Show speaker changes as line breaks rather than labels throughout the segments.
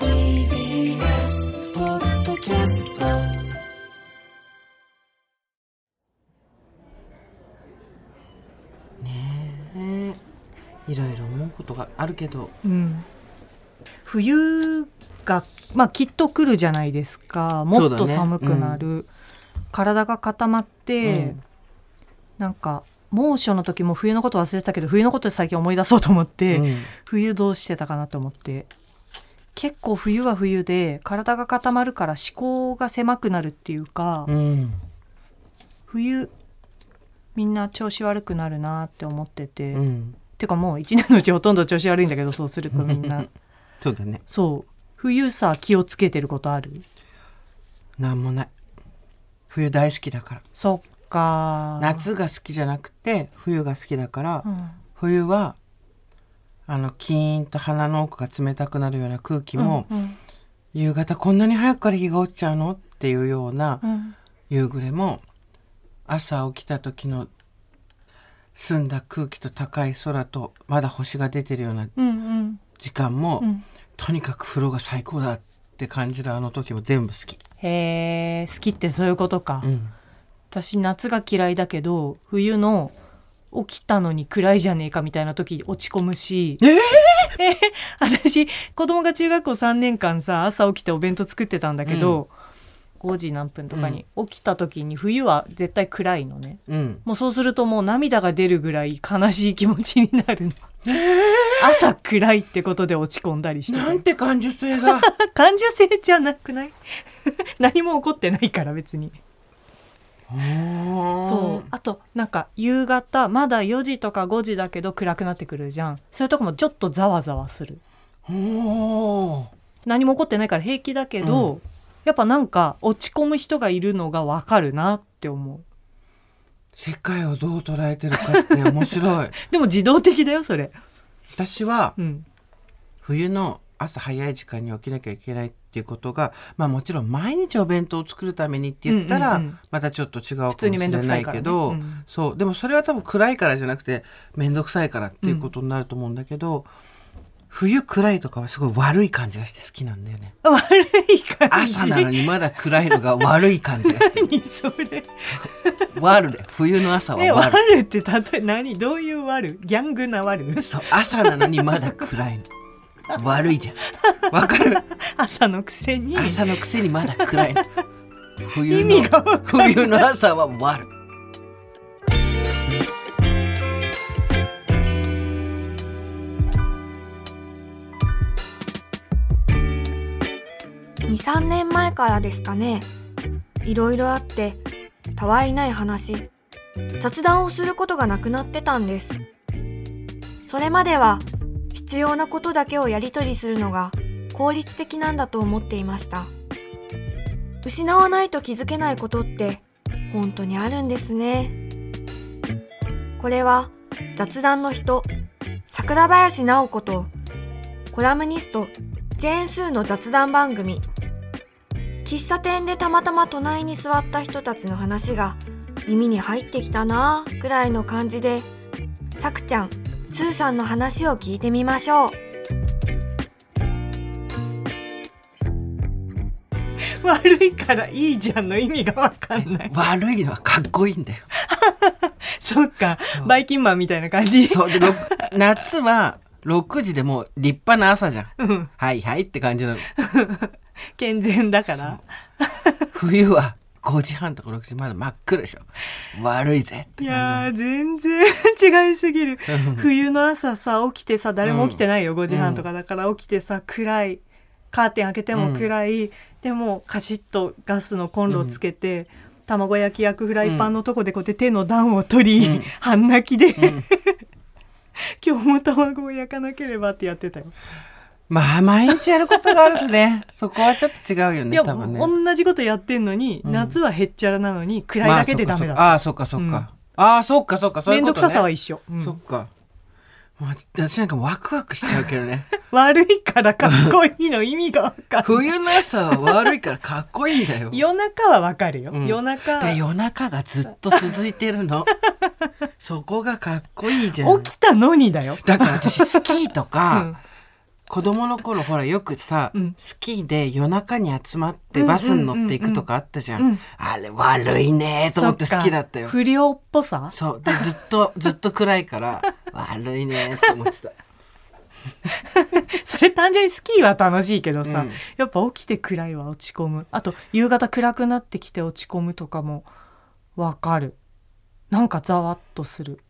TBS ポッドキャスト
ねえいろいろ思うことがあるけど
うん、冬が、まあ、きっと来るじゃないですかもっと寒くなる、体が固まって、
うん
なんか猛暑の時も冬のこと忘れてたけど冬のこと最近思い出そうと思って、
うん
冬どうしてたかなと思って結構冬は冬で体が固まるから思考が狭くなるっていうか、
うん
冬みんな調子悪くなるなって思ってて、
う
て
ん
いうかもう一年のうちほとんど調子悪いんだけどそうするとみ んな。
そうだね
そう冬さ気をつけてることある
なんもない冬大好きだから
そっか
夏が好きじゃなくて冬が好きだから、
うん
冬はあのキーンと鼻の奥が冷たくなるような空気も、
うん
夕方こんなに早くから日が落ちちゃうのっていうような
うん
夕暮れも朝起きた時の澄んだ空気と高い空とまだ星が出てるような
うんうん
時間も、
ん
とにかく風呂が最高だって感じるあの時も全部好き、
へえ好きってそういうことか、
うん、
私夏が嫌いだけど冬の起きたのに暗いじゃねえかみたいな時落ち込むし
えー
私子供が中学校3年間さ朝起きてお弁当作ってたんだけど、5時何分とかに、起きた時に冬は絶対暗いのね
うん、
もうそうするともう涙が出るぐらい悲しい気持ちになるの。朝暗いってことで落ち込んだりして
なんて
て。
感受性が
感受性じゃなくない 何も起こってないから別に。 そう。あとなんか夕方まだ4時とか5時だけど暗くなってくるじゃん。そういうとこもちょっとざわざわする。
うおー
何も起こってないから平気だけど、やっぱなんか落ち込む人がいるのがわかるなって思う。
世界をどう捉えてるかって面 白い
でも自動的だよそれ。
私は
うん。
冬の朝早い時間に起きなきゃいけないっていうことがまあもちろん毎日お弁当を作るためにって言ったら、
うんうんうん
またちょっと違うかも
普
し
通
れ
に面倒く
な
さ
い
いか
け
らね
ど、
うん
そうでもそれは多分暗いからじゃなくて面倒くさいからっていうことになると思うんだけど、冬暗いとかはすごい悪い感じがして好きなんだよね。
悪い感じ。
朝 なのにまだ暗いのが悪い感じがしてる
何それ。
悪で冬の朝
え、
は
ワ
悪
ルって例え何どういうワルギャングなワル
そう朝なのにまだ暗いの悪いじゃんわかる
朝のくせに
朝のくせにまだ暗いの冬
意味が
の冬の朝は悪
23年前からですかねいろいろあってたわいない話雑談をすることがなくなってたんですそれまでは必要なことだけをやり取りするのが効率的なんだと思っていました失わないと気づけないことって本当にあるんですねこれは雑談の人桜林直子とコラムニストジェーンスーの雑談番組喫茶店でたまたま隣に座った人たちの話が耳に入ってきたなぁくらいの感じでさくちゃんスーさんの話を聞いてみましょう
悪いからいいじゃんの意味がわかんない。
悪いのはかっこいいんだよ
そっか、バイキンマンみたいな感じ。
そうでろく夏は6時でもう立派な朝じゃん
うん、
はいはいって感じなの
健全だから。
冬は5時半とか6時まだ真っ暗でしょ悪いぜって
い
感
やー、全然違いすぎる。冬の朝さ、起きてさ、誰も起きてないよ、5時半とかだから起きてさ、暗い。カーテン開けても暗い。でも、カチッとガスのコンロつけて、卵焼き焼くフライパンのとこでこうやって手の暖を取り、半 泣きで、今日も卵を焼かなければってやってたよ。
じまあ毎日やることがあるとねそこはちょっと違うよ
い
ね
や、
多分ね
同じことやってんのに、
うん
夏はへっちゃらなのに暗い
まあ
だけでダメだ、
あそっかそっかああそっかそっかそうい
め
うんこ
ど
と
く
ね
ささは一緒、うん
そっかまあ私なんかワクワクしちゃうけどね
悪いからかっこいいの意味がわかる
冬の朝は悪いからかっこいいんだよ
夜中はわかるよ、
うん
夜中
で夜中がずっと続いてる のそこがかっこいいじゃん
起きたのにだよ、
だから私スキーと
う
か、
ん
子供の頃ほらよくさ、
うん
スキーで夜中に集まってバスに乗っていくとかあったじゃん,、
うんうんうん
あれ悪いね ーと思って
そっ
好
か
きだったよ
不良っぽさ
そうでずっと ずっと暗いから悪いねーと思ってた
それ単純にスキーは楽しいけどさ、
うん
やっぱ起きて暗いは落ち込むあと夕方暗くなってきて落ち込むとかもわかるなんかざわっとする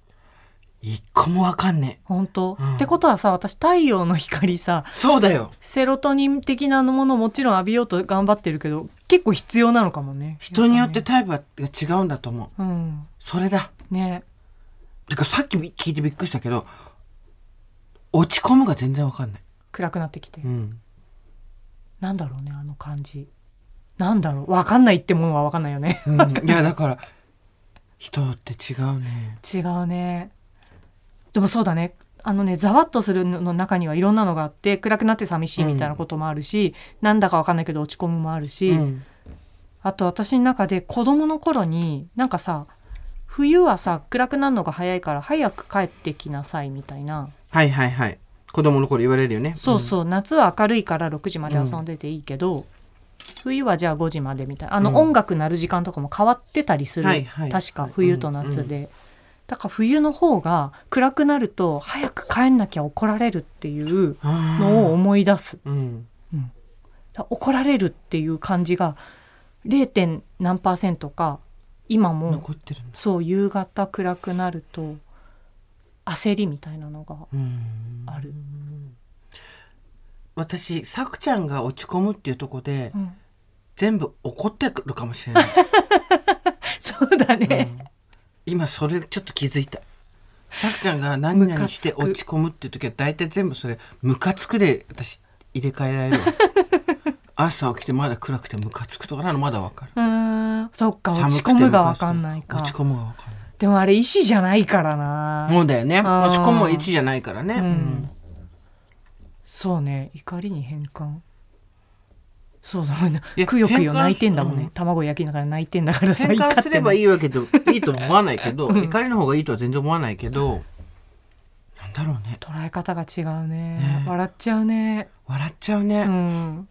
一個もわかんね
本当、
うん
ってことはさ私太陽の光さ
えそうだよ
セロトニン的なものもちろん浴びようと頑張ってるけど結構必要なのかもね
人によって
やぱ
タイプが違うんだと思う
ねうん
それだ
ね
てかさっき聞いてびっくりしたけど落ち込むが全然わかんない、
暗くなってきて、
うん、
なんだろうねあの感じなんだろうわかんないってものはわかんないよね
うんいやだから人って違うね
違うねでもそうだねあのねざわっとするのの中にはいろんなのがあって暗くなって寂しいみたいなこともあるし、なんだかわかんないけど落ち込むもあるし、
うん
あと私の中で子供の頃になんかさ冬はさ暗くなるのが早いから早く帰ってきなさいみたいな
はいはいはい子供の頃言われるよね
そうそう、夏は明るいから6時まで遊んでていいけど、冬はじゃあ5時までみたいなあ
うん
の音楽鳴る時間とかも変わってたりする、
はいはい
確か冬と夏で、だから冬の方が暗くなると早く帰んなきゃ怒られるっていうのを
のを、
思い出す
うん、
だから怒られるっていう感じが 0. 点何パーセントか今も
残ってるんだ
そう夕方暗くなると焦りみたいなのが
うん
ある、
私さくちゃんが落ち込むっていうとこで、
うん
全部怒ってくるかもし れない、
そうだ
う
ね、
ん今それちょっと気づいたさくちゃんが何々して
ムカつく
落ち込むっていう時は大体全部それムカつくで私入れ替えられるわ 朝起きてまだ暗くてムカつくとかなのまだわかる
うーんそっか落
寒
ち
くて
込
ムカつく
むがわかんないか
落ち込むがわかんない
でもあれ意思じゃないからな、
そうだよね
ー
落ち込むは1じゃないからね、
うん
うん
そうね怒りに変換そうだもんね
いや
くよくよ
変換
泣いてんだもんね、
うん
卵焼きながら泣いてんだからさ
変換すればい
い
いわけどいいと思わないけど、怒りの方がいいとは全然思わないけどなんだろうね
捉え方が違うね
ね
笑っちゃうね
笑っちゃうね、
う
だか
ん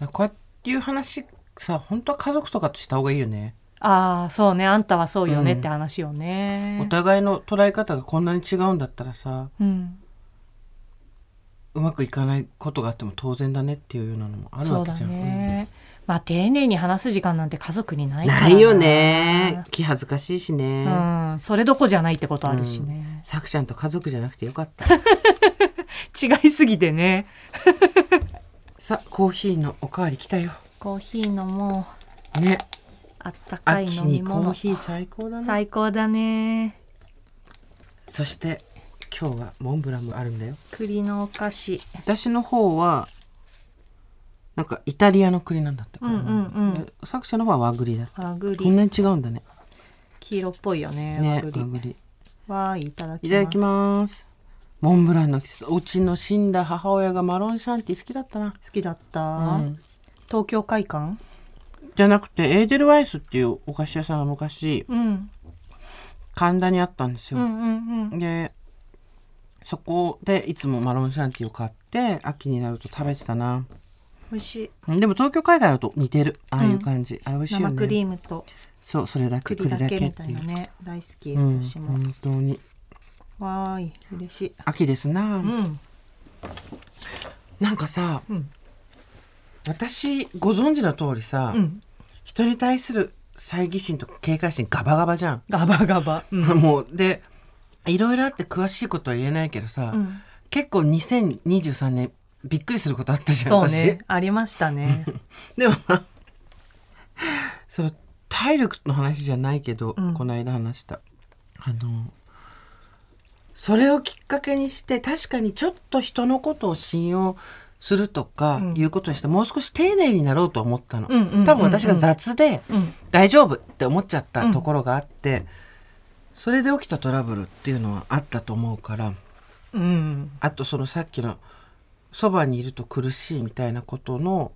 らこうやっていう話さ本当は家族とかとした方がいいよね、
ああそうねあんたはそうよね
うん
って話よ
お
ね、
互いの捉え方がこんなに違うんだったらさ
うん
うまくいかないことがあっても当然だねっていうようなのもある
そ
わ
う
け
だ
じゃん、
ね、まあ丁寧に話す時間なんて家族に
う
なんいから
ないよね気恥ずかしいしね、
うんそれどこじゃないってことあるしね、
さくちゃんと家族じゃなくてよかった
違いすぎてね
さコーヒーのおかわり来たよ
コーヒーのもう
ね
あったかい
秋
飲み
にコー
物
ヒー最高だね
最高だね
そして今日はモンブランもあるんだよ
栗のお菓子
私の方はなんかイタリアの栗なんだってこれ
うんうんうん
え作者の方は和栗だ
和栗
こんなに違うんだね
黄色っぽいよね
ね
和
和
栗
栗
わーいいただきます
いただきますモンブランの季節うちの死んだ母親がマロンシャンティー好きだったな、
好きだった、
うん
東京会館
じゃなくてエーデルワイスっていうお菓子屋さんが昔
うん
神田にあったんです
う
よ、
んうんうん
でそこでいつもマロンシャンティーを買って秋になると食べてたな
美味しい
でも東京海外だと似てるああいう感じ、あれ美味しいよ
生
ね
クリームと
そうそれだけ
栗だけみたい
っ
な
ていう
ね大好き
うん、
私も、
本当に
わーい嬉しい
秋ですな、
うん
なんかさ、
うん
私ご存知の通りさ、
うん
人に対する猜疑心とか警戒心ガバガバじゃん、
ガバガバ、うん
もうでいろいろあって詳しいことは言えないけどさ、
うん
結構2023年びっくりすることあったじゃん
そう
私
ねありましたね
でも なその体力の話じゃないけど、
うん
この間話したあのそれをきっかけにして確かにちょっと人のことを信用するとか
うん
いうことにしてもう少し丁寧になろうと思ったの、
うんうんうんうん
多分私が雑で
うん
大丈夫って思っちゃったところがあって、それで起きたトラブルっていうのはあったと思うから
うん
あとそのさっきのそばにいると苦しいみたいなことの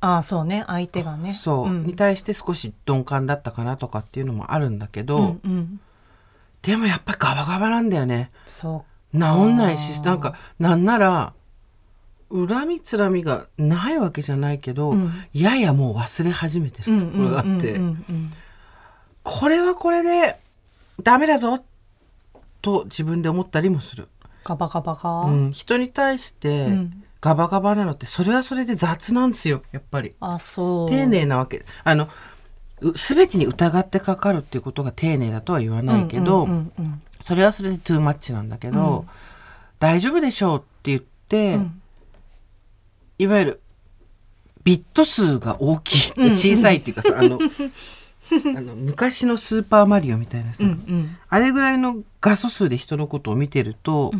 ああそうね相手がね
そう、
ん
に対して少し鈍感だったかなとかっていうのもあるんだけど、
うんうん
でもやっぱガバガバなんだよね
そ
治んないしなんかなんなら恨みつらみがないわけじゃないけど、
うん
ややもう忘れ始めて
う
るところがあって、
うんうんうん
これはこれでダメだぞと自分で思ったりもする、
ガバガバか、
うん、人に対して
ん
ガバガバなのってそれはそれで雑なんですよやっぱり。
あそう
丁寧なわけあのう全てに疑ってかかるっていうことが丁寧だとは言わないけど、
うんうんうん
それはそれでトゥーマッチなんだけど、大丈夫でしょうって言って、
ん
いわゆるビット数が大きい小さいっていうかさ、 あのあの昔の「スーパーマリオ」みたいなさ、
うんうん
あれぐらいの画素数で人のことを見てると、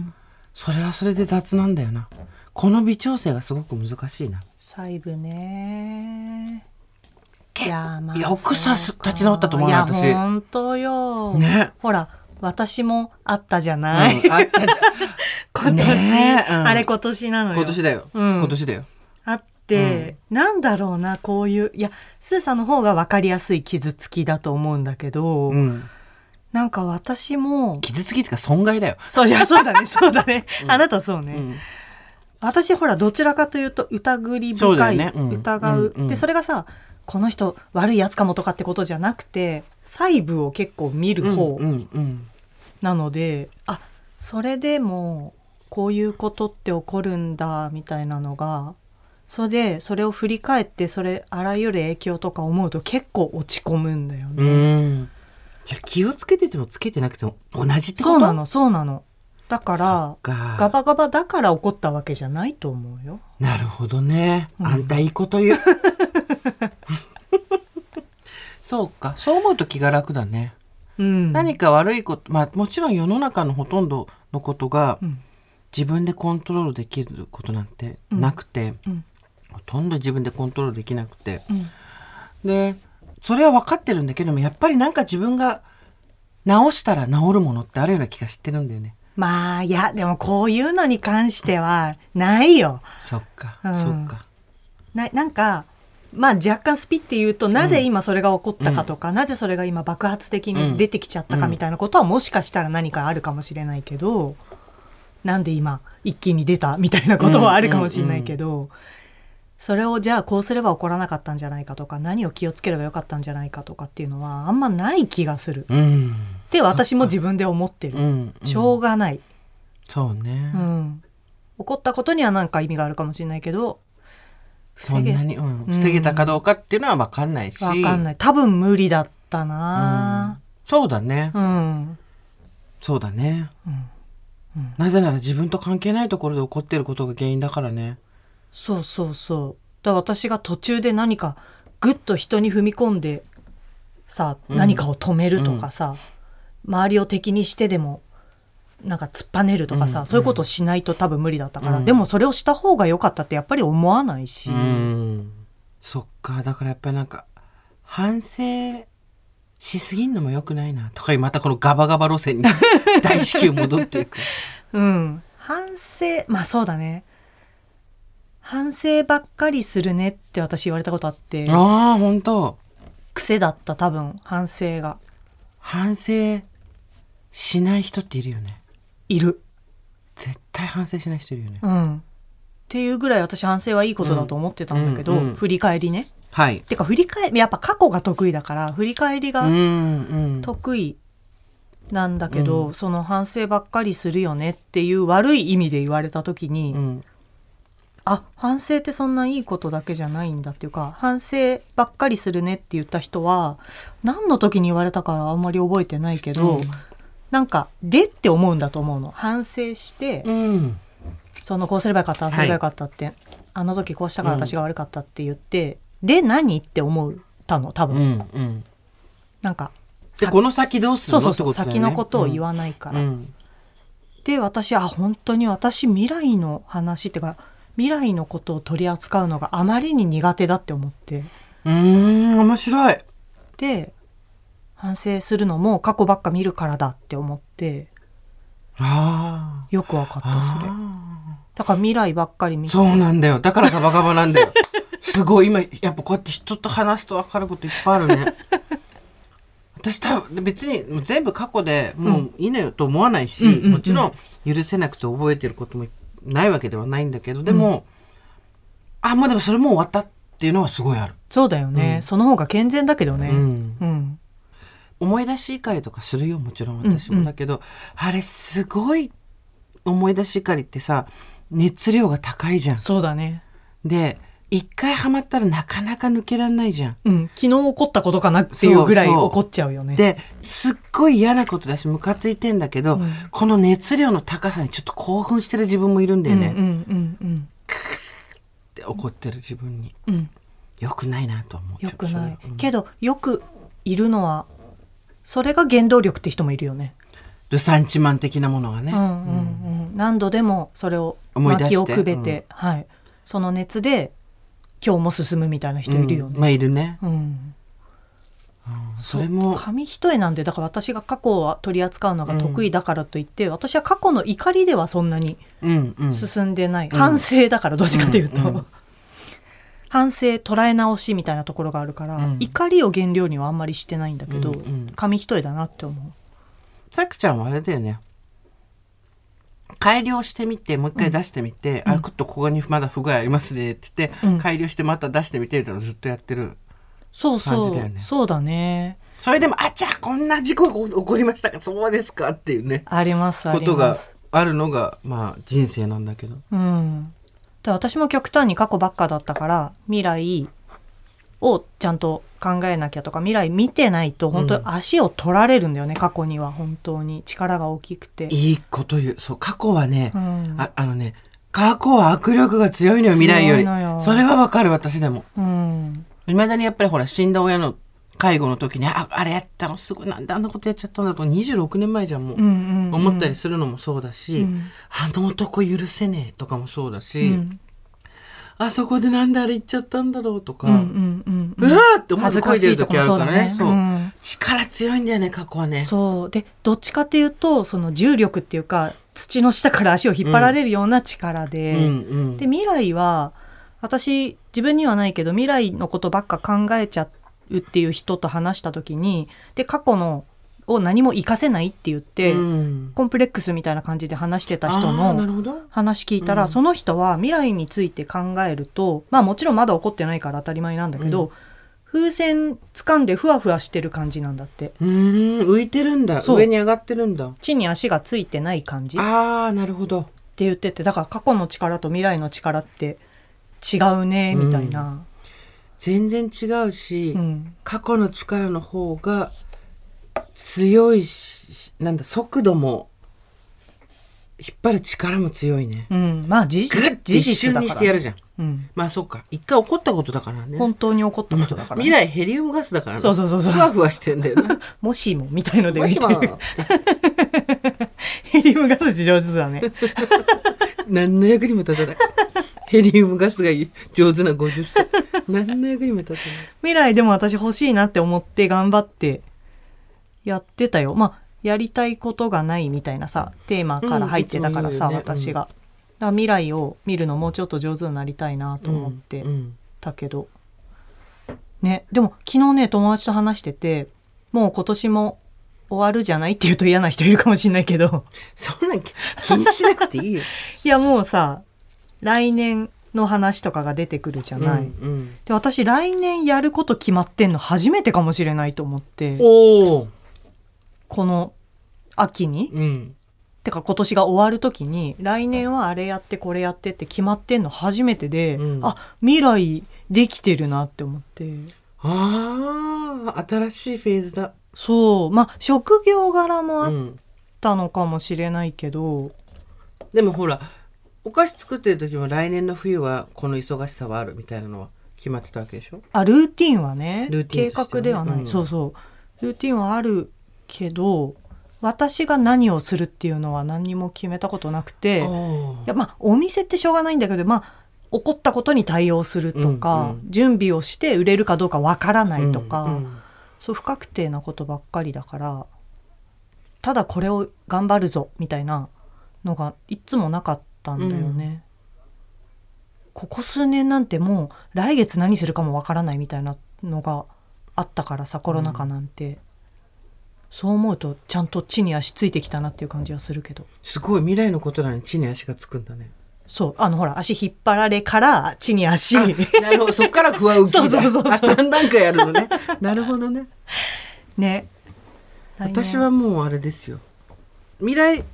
それはそれで雑なんだよなこの微調整がすごく難しいな
細部ね
け
いやまあ
よくさ
そうか
立ち直ったと思うよ私
いや本当よ、
ね
ほら私もあったじゃない、
うんあったじゃん
今年、
ねえうん
あれ今年なの よ
今年だよ、
うん
今年だよ
あって、なんだろうなこういういやスーさんの方が分かりやすい傷つきだと思うんだけど、
うん
なんか私も
傷つきっていうか損害だよ、
そういやそうだ ねそうだね、あなたそうね、私ほらどちらかというと疑り
そうだ
深い、
よねうん
疑う、
うんうん
でそれがさこの人悪いやつかもとかってことじゃなくて細部を結構見る方
うんうんうん
なので、あそれでもこういうことって起こるんだみたいなのがそれでそれを振り返ってそれあらゆる影響とか思うと結構落ち込むんだよね。
うんじゃあ気をつけててもつけてなくても同じってこと
そうなのそうなのだから
か
ガバガバだから怒ったわけじゃないと思うよ。
なるほどね、あんたいいこと 言うそうかそう思うと気が楽だね、
うん、
何か悪いことまあもちろん世の中のほとんどのことが、
うん
自分でコントロールできることなんてなくて、
うん
ほとんど自分でコントロールできなくて、
ん
でそれは分かってるんだけどもやっぱりなんか自分が直したら治るものってあるような気がしてるんだよね。
まあいやでもこういうのに関してはないよ。
そっか、
うん
そっか。
ななんかまあ若干スピって言うとなぜ今それが起こったかとか、なぜそれが今爆発的に出てきちゃったかみたいなことはもしかしたら何かあるかもしれないけど、なんで今一気に出たみたいなことはあるかもしれないけど、それをじゃあこうすれば起こらなかったんじゃないかとか何を気をつければよかったんじゃないかとかっていうのはあんまない気がするっ
うん、
て私も自分で思って
う
る。
ん、
しょうがない。
そうね
う。ん、起こったことには何か意味があるかもしれないけど
そ
防
ん
げ
なに、うん、防げたかどうかっていうのは分かんないし。
わかんない多分無理だったな
そうだね、
うん、
そうだね、なぜなら自分と関係ないところで起こってることが原因だからね。
そうそうそうだから私が途中で何かぐっと人に踏み込んでさ何かを止めるとかさ、周りを敵にしてでもなんか突っぱねるとかさ、そういうことをしないと多分無理だったから、でもそれをした方が良かったってやっぱり思わないし、
うん、そっかだからやっぱりなんか反省しすぎんのも良くないなとかまたこのガバガバ路線 に大至急戻っていく
うん、反省まあそうだね反省ばっかりするねって私言われたことあっ て
ああ本当
癖だった多分反省が
反省しない人っているよね
いる、
絶対反省しない人いるよね
うん、っていうぐらい私反省はいいことだと思ってたんだけど、
うんうん
振り返りね
はい
てか振り返りやっぱ過去が得意だから振り返り
う
が
んうん
得意なんだけど、その反省ばっかりするよねっていう悪い意味で言われた時に、
うん
あ反省ってそんないいことだけじゃないんだっていうか反省ばっかりするねって言った人は何の時に言われたからあんまり覚えてないけ
う
ど、
ん
なんか「で」って思うんだと思うの反省して、
うん
そのこうすればよかったああすればよかったって、あの時こうしたから私が悪かったって言って、で何って思ったの多
う
分、
んうん
なんか
で
さ
この先どうす
そ
る
うそ
の
う
ってこ
そう、
とだよね
先のことを言わないから、
うん
で私あ本当に私未来の話っていうか未来のことを取り扱うのがあまりに苦手だって思って
うーん、面白い。
で反省するのも過去ばっか見るからだって思って
あ
よくわかっ
あ。
たそれだから未来ばっかり見て
そうなんだよ。だからガバガバなんだよ。すごい、今、やっぱこうやって人と話すと分かることいっぱいあるね。私多分別にもう全部過去でもういいのよと思わないし、
うんうんうん
もちろん許せなくて覚えてることもないわけではないんだけど、でも、あ、もうでもそれもう終わったっていうのはすごいある。
そうだよね、その方が健全だけどね
うん
うん
思い出し怒りとかするよもちろん私もだけど、あれすごい思い出し怒りってさ熱量が高いじゃん。
そうだね
で一回ハマったらなかなか抜けられないじゃん。
うん昨日起こったことかなっていうぐらい
そうそう
怒っちゃうよね
ですっごい嫌なことだしムカついてんだけど、この熱量の高さにちょっと興奮してる自分もいるんだよね、
うんう
っ
んうんうん
て怒ってる自分に
うん
よくないなとは思っちゃ
よ
う
く
それ
な、
はいうん
けどよくいるのはそれが原動力って人もいるよね
ルサンチマン的なものがね、
うんうんうん、何度でもそれを
思い出
巻
して
きをくべてはい、その熱で今日も進むみたいな人いるよ
うんまあ
ね。
いるね
うん
それも
紙一重なんでだから私が過去は取り扱うのが得意だからといって、私は過去の怒りではそんなに
うんうん
進んでない、反省だからどっちかというと、
うんうん
反省捉え直しみたいなところがあるから、
うん
怒りを原料にはあんまりしてないんだけど、
うんうん
紙一重だなって思
さくちゃんはあれだよね改良してみてもう一回出してみて、あちょっとここにまだ不具合ありますねって言って、
うん
改良してまた出してみてみたいなのずっとやってる
うそうそ
感
う、
じだよね
そうだね
それでもあちゃこんな事故が起こりましたかそうですかっていうね
ありますあり
こ
ます
とがあるのがまあ人生なんだけど
うん、で私も極端に過去ばっかだったから未来をちゃんと考えなきゃとか未来見てないと本当に足を取られるんだよね、過去には本当に力が大きくて。
いいこと言うそう過去はね、
うん
ああのね過去は握力が強いのよ未来より
強いのよ
それはわかる私でも
うん
いまだにやっぱりほら死んだ親の介護の時にああれやったのすごいなんであんなことやっちゃったんだろう26年前じゃんもう、
うんうんうん
思ったりするのもそうだし、あの男許せねえとかもそうだし、
うん
あそこでなんであれ言っちゃったんだろうとか、
うんうんうん
うわーって思っ
恥
て声
ずか
出
し
る
いと
時
かも
ある
そ
か
うだ
らね
ね。
そう
うん
力強いんだよね過去はね
そうでどっちかっていうとその重力っていうか土の下から足を引っ張られるような力で、
うんうん
で未来は私自分にはないけど未来のことばっか考えちゃうっていう人と話した時にで過去のを何も活かせないって言って、
うん
コンプレックスみたいな感じで話してた人
あーなる
の
ほど
話聞いた
う
ら、
ん
その人は未来について考えるとまあもちろんまだ起こってないから当たり前なんだけど、
う
風船掴んでふわふわしてる感じなんだって
うーん浮いてるんだ
そう
上に上がってるんだ
地に足がついてない感じ
ああなるほど
って言っててだから過去の力と未来の力って違うねみたいな。
全然違うし、
うん
過去の力の方が強いしなんだ速度も引っ張る力も強いね
うん、まあ事
グッ
実
て
事
一
実
瞬
だ
にし
か
てや
ら、
るじゃん
うん、
まあそうか一回起こったことだからね
本当に起こったことだから、
未来ヘリウムガスだからね
そうそうそうそう
ふわふわしてんだよね
もしもみたいので
も
見
しても
る ヘリウムガス上手だね
何の役にも立たないヘリウムガスが上手な50歳何の役にも立たない
未来でも私欲しいなって思って頑張ってやってたよまあやりたいことがないみたいなさテーマから入ってたからさ、
うんいつも言うよねうん
私が、だから未来を見るのもうちょっと上手になりたいなと思って、
うんうん
だけどねでも昨日ね友達と話しててもう今年も終わるじゃないって言うと嫌な人いるかもしれないけど
そんなん気気にしなくていいよ。
いやもうさ来年の話とかが出てくるじゃない、
うんうん
で私来年やること決まってんの初めてかもしれないと思って
おお、
この秋に、
うん、
てか今年が終わる時に来年はあれやってこれやってって決まってんの初めてで、
うん
あ未来できてるなって思って。
ああ新しいフェーズだ。
そうまあ職業柄もあ
う
っ
ん、
たのかもしれないけど、
でもほらお菓子作ってる時も来年の冬はこの忙しさはあるみたいなのは決まってたわけでしょ。
あルーティンはね
ルーティン
計
としてはね
画ではない、
うん
そうそうルーティンはあるけど私が何をするっていうのは何にも決めたことなくてい
おー
やまあお店ってしょうがないんだけどまあ起こったことに対応するとか、
う
準備をして売れるかどうかわからないとか、
うんうん
そう不確定なことばっかりだからただこれを頑張るぞみたいなのがいつもなかったんだよね。ここ数年なんてもう来月何するかもわからないみたいなのがあったからさコロナ禍なんて、そう思うとちゃんと地に足ついてきたなっていう感じはするけど
すごい未来のことなのに地に足がつくんだ ね。
そうあのほら足引っ張られから地に足
なるほど、そっから不安浮きだ。
そうそうそうそう
あ、3段階やるの ね。なるほどね。
ね来年
私はもうあれですよ。未来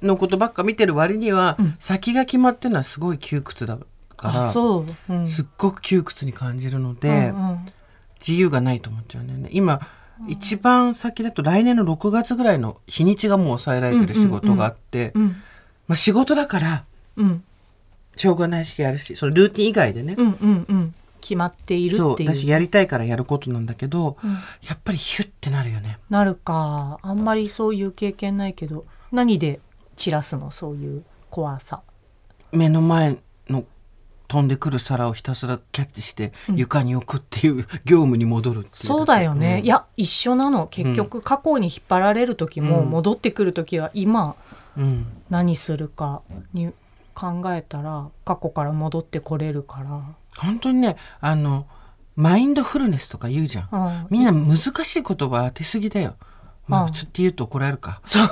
のことばっか見てる割には、先が決まってるのはすごい窮屈だから、
あそう、うん
すっごく窮屈に感じるの
う
で、
んうん
自由がないと思っちゃうんだよね。今、一番先だと来年の6月ぐらいの日にちがもう抑えられてる仕事があって、
うん
まあ仕事だから、
うん
しょうがないしやるし、そのルーティン以外でね、
うんうんうん決まっている
そ
っ
う
てい
だし
う
やりたいからやることなんだけど、やっぱりヒュッてなるよね
なるかあんまりそういう経験ないけど何で散らすのそういう怖さ
目の前の飛んでくる皿をひたすらキャッチして床に置くっていう業務に戻るっていう
そうだよね、
うん
いや一緒なの結局過去に引っ張られる時も、
うん
戻ってくる時は今
うん
何するかに考えたら過去から戻ってこれるか
本当にねあのマインドフルネスとか言うじゃん、
ら、うん、
みんな難しい言葉当てすぎだよ、ま
う
あ
ん
ちょっと言うと怒られるかそう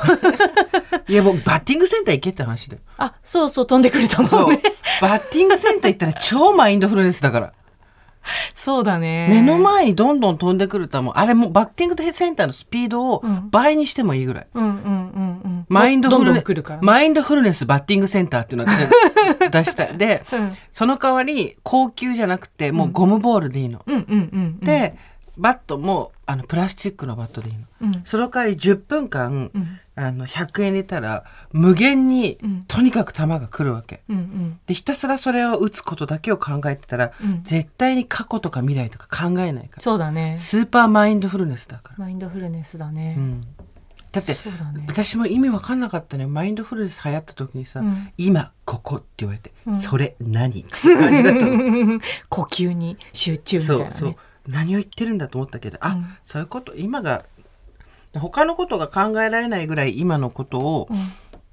いや僕バッティングセンター行けって話だよ
あそう そう飛んでくると
そ
思
う
うね
バッティングセンター行ったら超マインドフルネスだから
そうだね
目の前にどんどん飛んでくる球あれもうバッティングセンターのスピードを
うん
倍にしてもいいぐらい、
うんうんうんうん
マインドフルネ
どんど
ス
ん来るから、
マインドフルネスバッティングセンターっていうのを私出したいで、
うん
その代わり高級じゃなくてもうゴムボールでいいの、
うんうんうんうん
でバットもあのプラスチックのバットでいいの
うん
その代わり10分間、
うん
あの100円入れたら無限に
うん
とにかく球が来るわけ
うんうん
でひたすらそれを打つことだけを考えてたら、
うん
絶対に過去とか未来とか考えないから
そうだね
スーパーマインドフルネスだから
マインドフルネスだね、
うんだって
そうだね
私も意味わかんなかったねマインドフルネス流行った時にさ「
うん
今ここ」って言われて「
ん
それ何?」って感じだったの
呼吸に集中みたい
そ
な
う
ね
そう何を言ってるんだと思ったけどあ、
うん
そういうこと今が他のことが考えられないぐらい今のことを
うん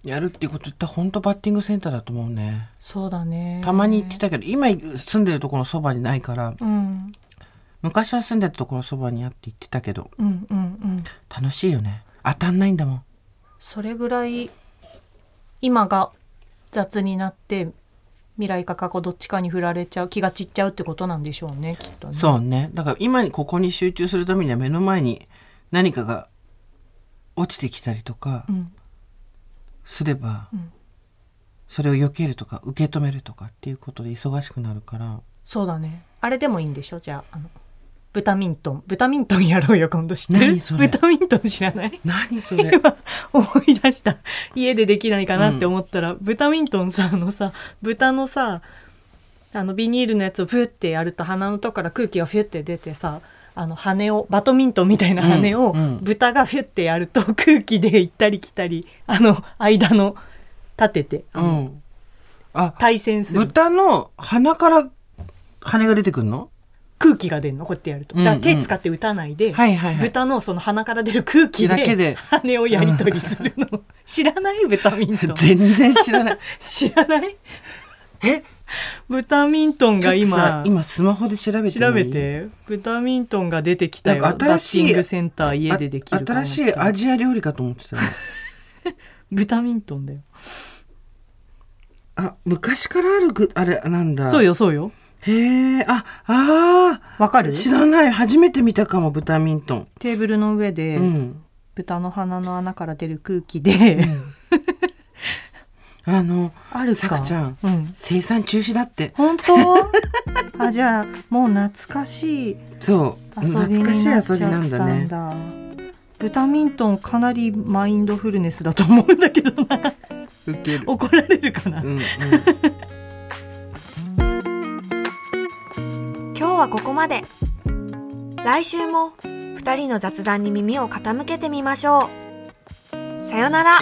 やるっていうことって本当バッティングセンターだと思うね
そうだね
たまに行ってたけど今住んでるところのそばにないから
うん
昔は住んでたところのそばにあって行ってたけど
うんうんうん
楽しいよね当たんないんだもん
それぐらい今が雑になって未来か過去どっちかに振られちゃう気が散っちゃうってことなんでしょうねきっとね
そうね。だから今にここに集中するためには目の前に何かが落ちてきたりとか
ん
すれば、それを避けるとか受け止めるとかっていうことで忙しくなるから。
そうだねあれでもいいんでしょじゃああのブタミントンブタミントンやろうよ今度知ってる
何それ
ブタミントン知らない
何それ
今思い出した家でできないかなって思ったら、豚ミントンさあのさ豚のさあのビニールのやつをブッてやると鼻のとこから空気がフュッて出てさあの羽をバドミントンみたいな羽を
うんうん
豚がフュッてやると空気で行ったり来たりあの間の立ててあ
う
の
ん。あ、
対戦する
豚の鼻から羽が出てくるの
空気が出るのこうやってやるとだか
う
ら
んうん
手使って打たないで、
はいはいはい。
豚のその鼻から出る空気
だけで
で羽をやり取りするの、 知らない豚ミントン
全然知らない。
知らない
え
ブタミントン が
ちょっとさ
今
今スマホで調べてみ
調べ。てブタミントンが出てきたよ
なんか新しい
バッティングセンター家
あ
でできるかな
新しいアジア料理かと思ってたの。
ブタミントンだよ
あ、昔からあるぐ、あれ、なんだ。
そうよそうよ
へえ、あ、ああ。
わかる
知らない。初めて見たかも、豚ミントン。
テーブルの上で、
うん。
豚の鼻の穴から出る空気で、
あの、
あるか
さくちゃん,、
うん
生産中止だって。
本当 あじゃあもう懐かしい
そう。
遊び
懐か
に
しい
なっちゃ
遊
っ
び
た
なん
ん
だ
だ
ね。
ブタミントンかなりマインドフルネスだと思うんだけどな
ウケる。
怒られるかな、
うん、うん。
今日はここまで来週も2人の雑談に耳を傾けてみましょうさよなら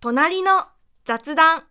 隣の雑談